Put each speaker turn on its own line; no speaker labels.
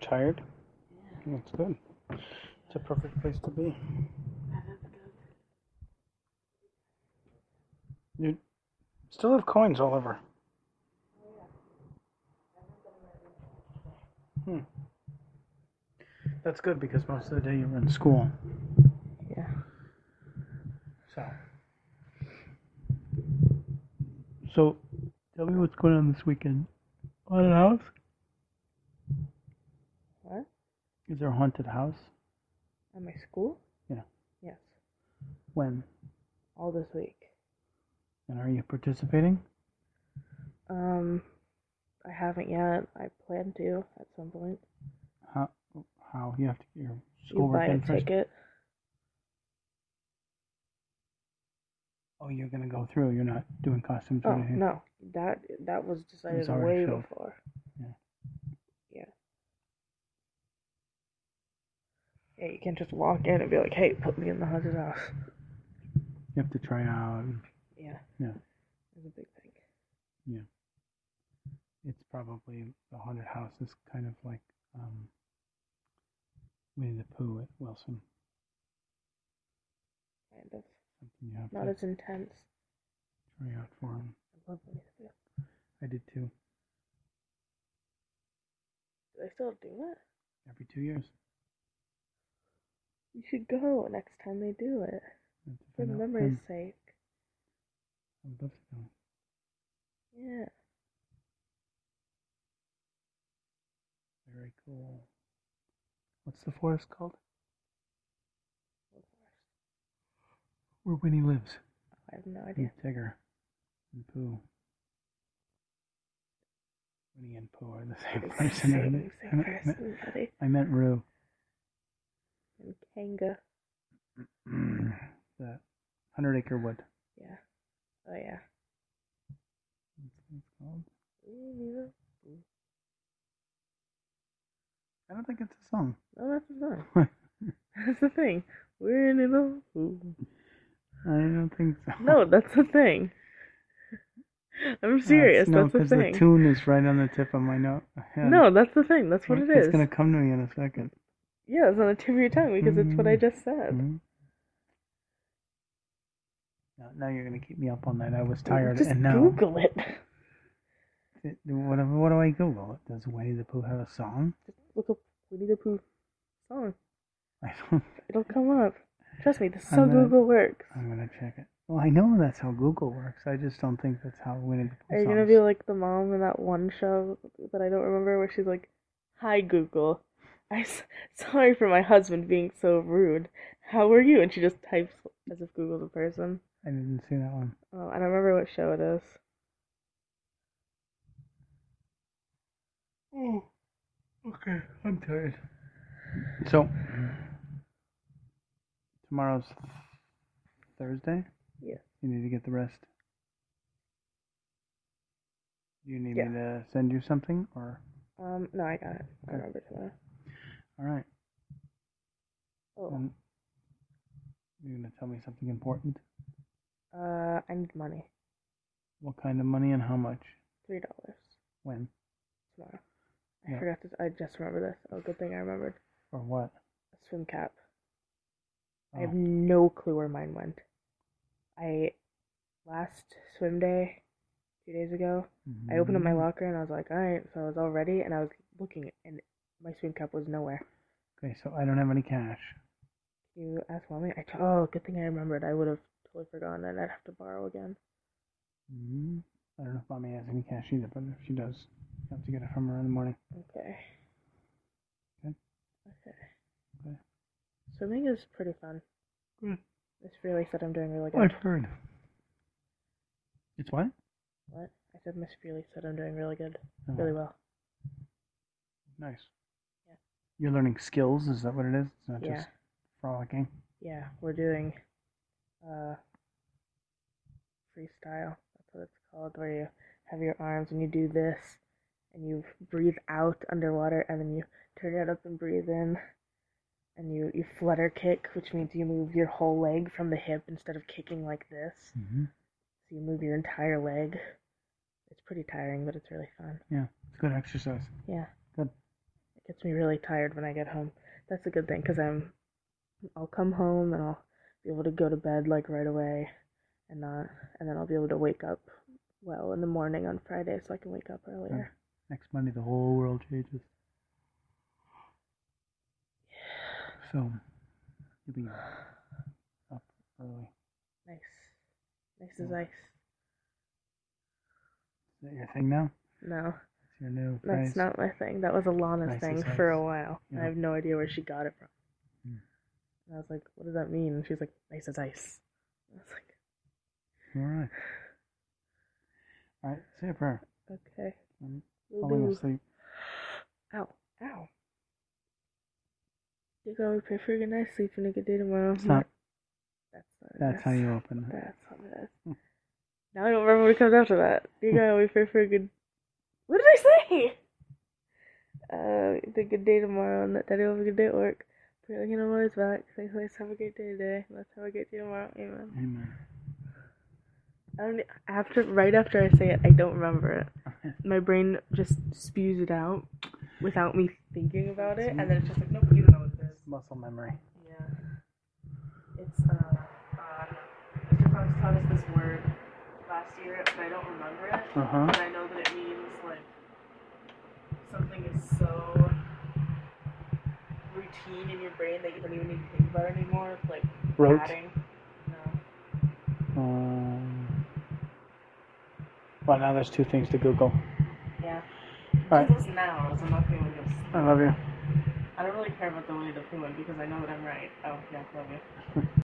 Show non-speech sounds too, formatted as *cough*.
tired. That's good. It's a perfect place to be. You still have coins all over. Hmm. That's good because most of the day you were in school.
Yeah.
So. So, tell me what's going on this weekend. Haunted house?
What?
Is there a haunted house?
At my school?
Yeah.
Yes.
When?
All this week.
And are you participating?
Um, I haven't yet. I plan to at some point.
How? How you have to get your
You buy
schoolwork
a
in first?
ticket.
Oh, you're gonna go through. You're not doing costumes or
Oh
anything.
no, that that was decided way
already filled.
before.
Yeah.
Yeah. Yeah, you can't just walk in and be like, "Hey, put me in the haunted house."
You have to try out. and
Yeah.
Yeah.
It's a big thing.
It's probably the haunted house is kind of like um, Winnie the Pooh at Wilson.
Kind of.
Something you have
Not
to
as intense.
try out for. And
I love Winnie the Pooh.
I did too.
Do they still do it?
Every two years.
You should go next time they do it.
I have to
For
find
the
out
memory's
when.
sake.
I would love to go.
Yeah.
Very cool. What's the forest called? Where Winnie lives.
I have no
And
idea.
Tigger and Pooh. Winnie and Pooh are the *laughs* same
It's
person.
the
aren't
same,
they? I
same
meant-
person, buddy.
I meant *clears throat* Roo.
And Kanga.
the Hundred Acre Wood.
Yeah. Oh, yeah.
That's what it's called.
Mm,
I don't think it's a song.
No, that's the song.
*laughs*
that's the thing. We're in it all.
I don't think so.
No, that's the thing.
*laughs*
*laughs* I'm
That's-
serious.
no,
that's the thing.
the tune is right on the tip of my note. hand.
no, that's the thing. That's what it is.
It's gonna come to me in a 2nd
Yeah, it's on the tip of your tongue because it's what I
Mhm.
just said.
Now, now you're gonna keep me up all night. I was tired,
Just
and now
Google it.
It- What, do- what do I Google? Does Winnie the Pooh have a song?
Just look up Winnie the Pooh song.
*laughs* I don't.
It'll come up. Trust me, this is
I'm
how
gonna-
Google works.
I'm gonna check it. Well, I know that's how Google works. I just don't think that's how Winnie the Pooh.
Are you gonna
songs-
be like the mom in that one show that I don't remember where she's like, "Hi Google, I s- sorry for my husband being so rude. How are you?" And she just types as if Google's a person.
I didn't see that one.
Oh, I don't remember what show it is.
Oh, okay. I'm tired. So tomorrow's Thursday.
Yeah.
You need to get the rest. You need
Yeah.
me to send you something, or
Um, no, I got it. I
Okay.
remember tomorrow.
all right?
Oh,
then you're gonna tell me something important.
uh, I need money.
What kind of money and how much?
Three dollars
When?
tomorrow.
Yeah.
I forgot this. I just remember this. Oh, good thing I remembered.
Or what?
A swim cap. I have
Oh,
no clue where mine went. I last swim day, two days ago, I opened up my
mhm.
locker and I was like, all right, so I was all ready and I was looking and my swim cap was nowhere.
Okay, so I don't have any cash.
You asked mommy. I t- oh, good thing I remembered. I would have totally forgotten and I'd have to borrow again.
Mm-hmm. I don't know if mommy has any cash either, but if she does, you have to get it from her in the morning.
Okay.
Okay.
Okay.
Okay. Hmm.
Swimming is pretty fun.
Good.
This realize that I'm doing really good.
Oh, I've heard. It's what?
What? I said Miss Freely said I'm doing really good.
Oh,
Really well.
Nice.
Yeah.
You're learning skills. Is that what it is? It's not
Yeah.
just frolicking.
Yeah, we're doing uh freestyle. That's what it's called, where you have your arms and you do this and you breathe out underwater and then you turn it up and breathe in and you, you flutter kick, which means you move your whole leg from the hip instead of kicking like this.
Mm-hmm.
So you move your entire leg. It's pretty tiring, but it's really fun.
Yeah. It's good exercise.
Yeah.
Good.
It gets gets me really tired when I get home. That's a good thing because I'm, I'll come home and I'll be able to go to bed like right away, and not, and then I'll be able to wake up well in the morning on Friday so I can wake up earlier.
Next Monday, the whole world changes. So, you'll be up early.
Nice, nice as ice.
Is that your thing now?
No,
It's your new
that's
phrase?
not my thing. That was Alana's
Nice
thing
as
for
ice.
a while.
Yeah.
I have no idea where she got it from.
Hmm.
And I was like, "What does that mean?" And she's like, "Nice as ice." I was like,
All right. All right, say a prayer. Mm-hmm.
"Okay,
I'm
we'll
falling
do."
asleep.
Ow, ow. Dear God, we pray for a good night's sleep and a good day tomorrow.
It's not,
That's not it
that's
is.
how you Hmm. open it.
That's what it is. now I don't remember what comes after that. Dear God, we pray for a good. *laughs* What did I say? Uh, the good day tomorrow, and that Daddy will have a good day at work. Pray like you know what is back. Thanks, let's have a great day today. Let's have a great day tomorrow. Amen.
*laughs* Amen.
I don't e-, after right after I say it, I don't remember it. My brain just spews it out without me thinking about it, and then it's just like, nope, you don't know what this is.
Muscle memory.
Yeah. It's, uh, uh, Mr. Fox taught us this word last year, but I don't remember it.
Uh huh.
But I know that it means, like, something is so routine in your brain that you don't even need to think about it anymore. It's like
Rote.
adding. No.
Um, well, now there's two things to Google.
Yeah.
Alright.
Just listen now, so I'm not feeling this.
I love you.
I don't really care about the weight of feeling because I know that I'm right. Oh, yeah, love you.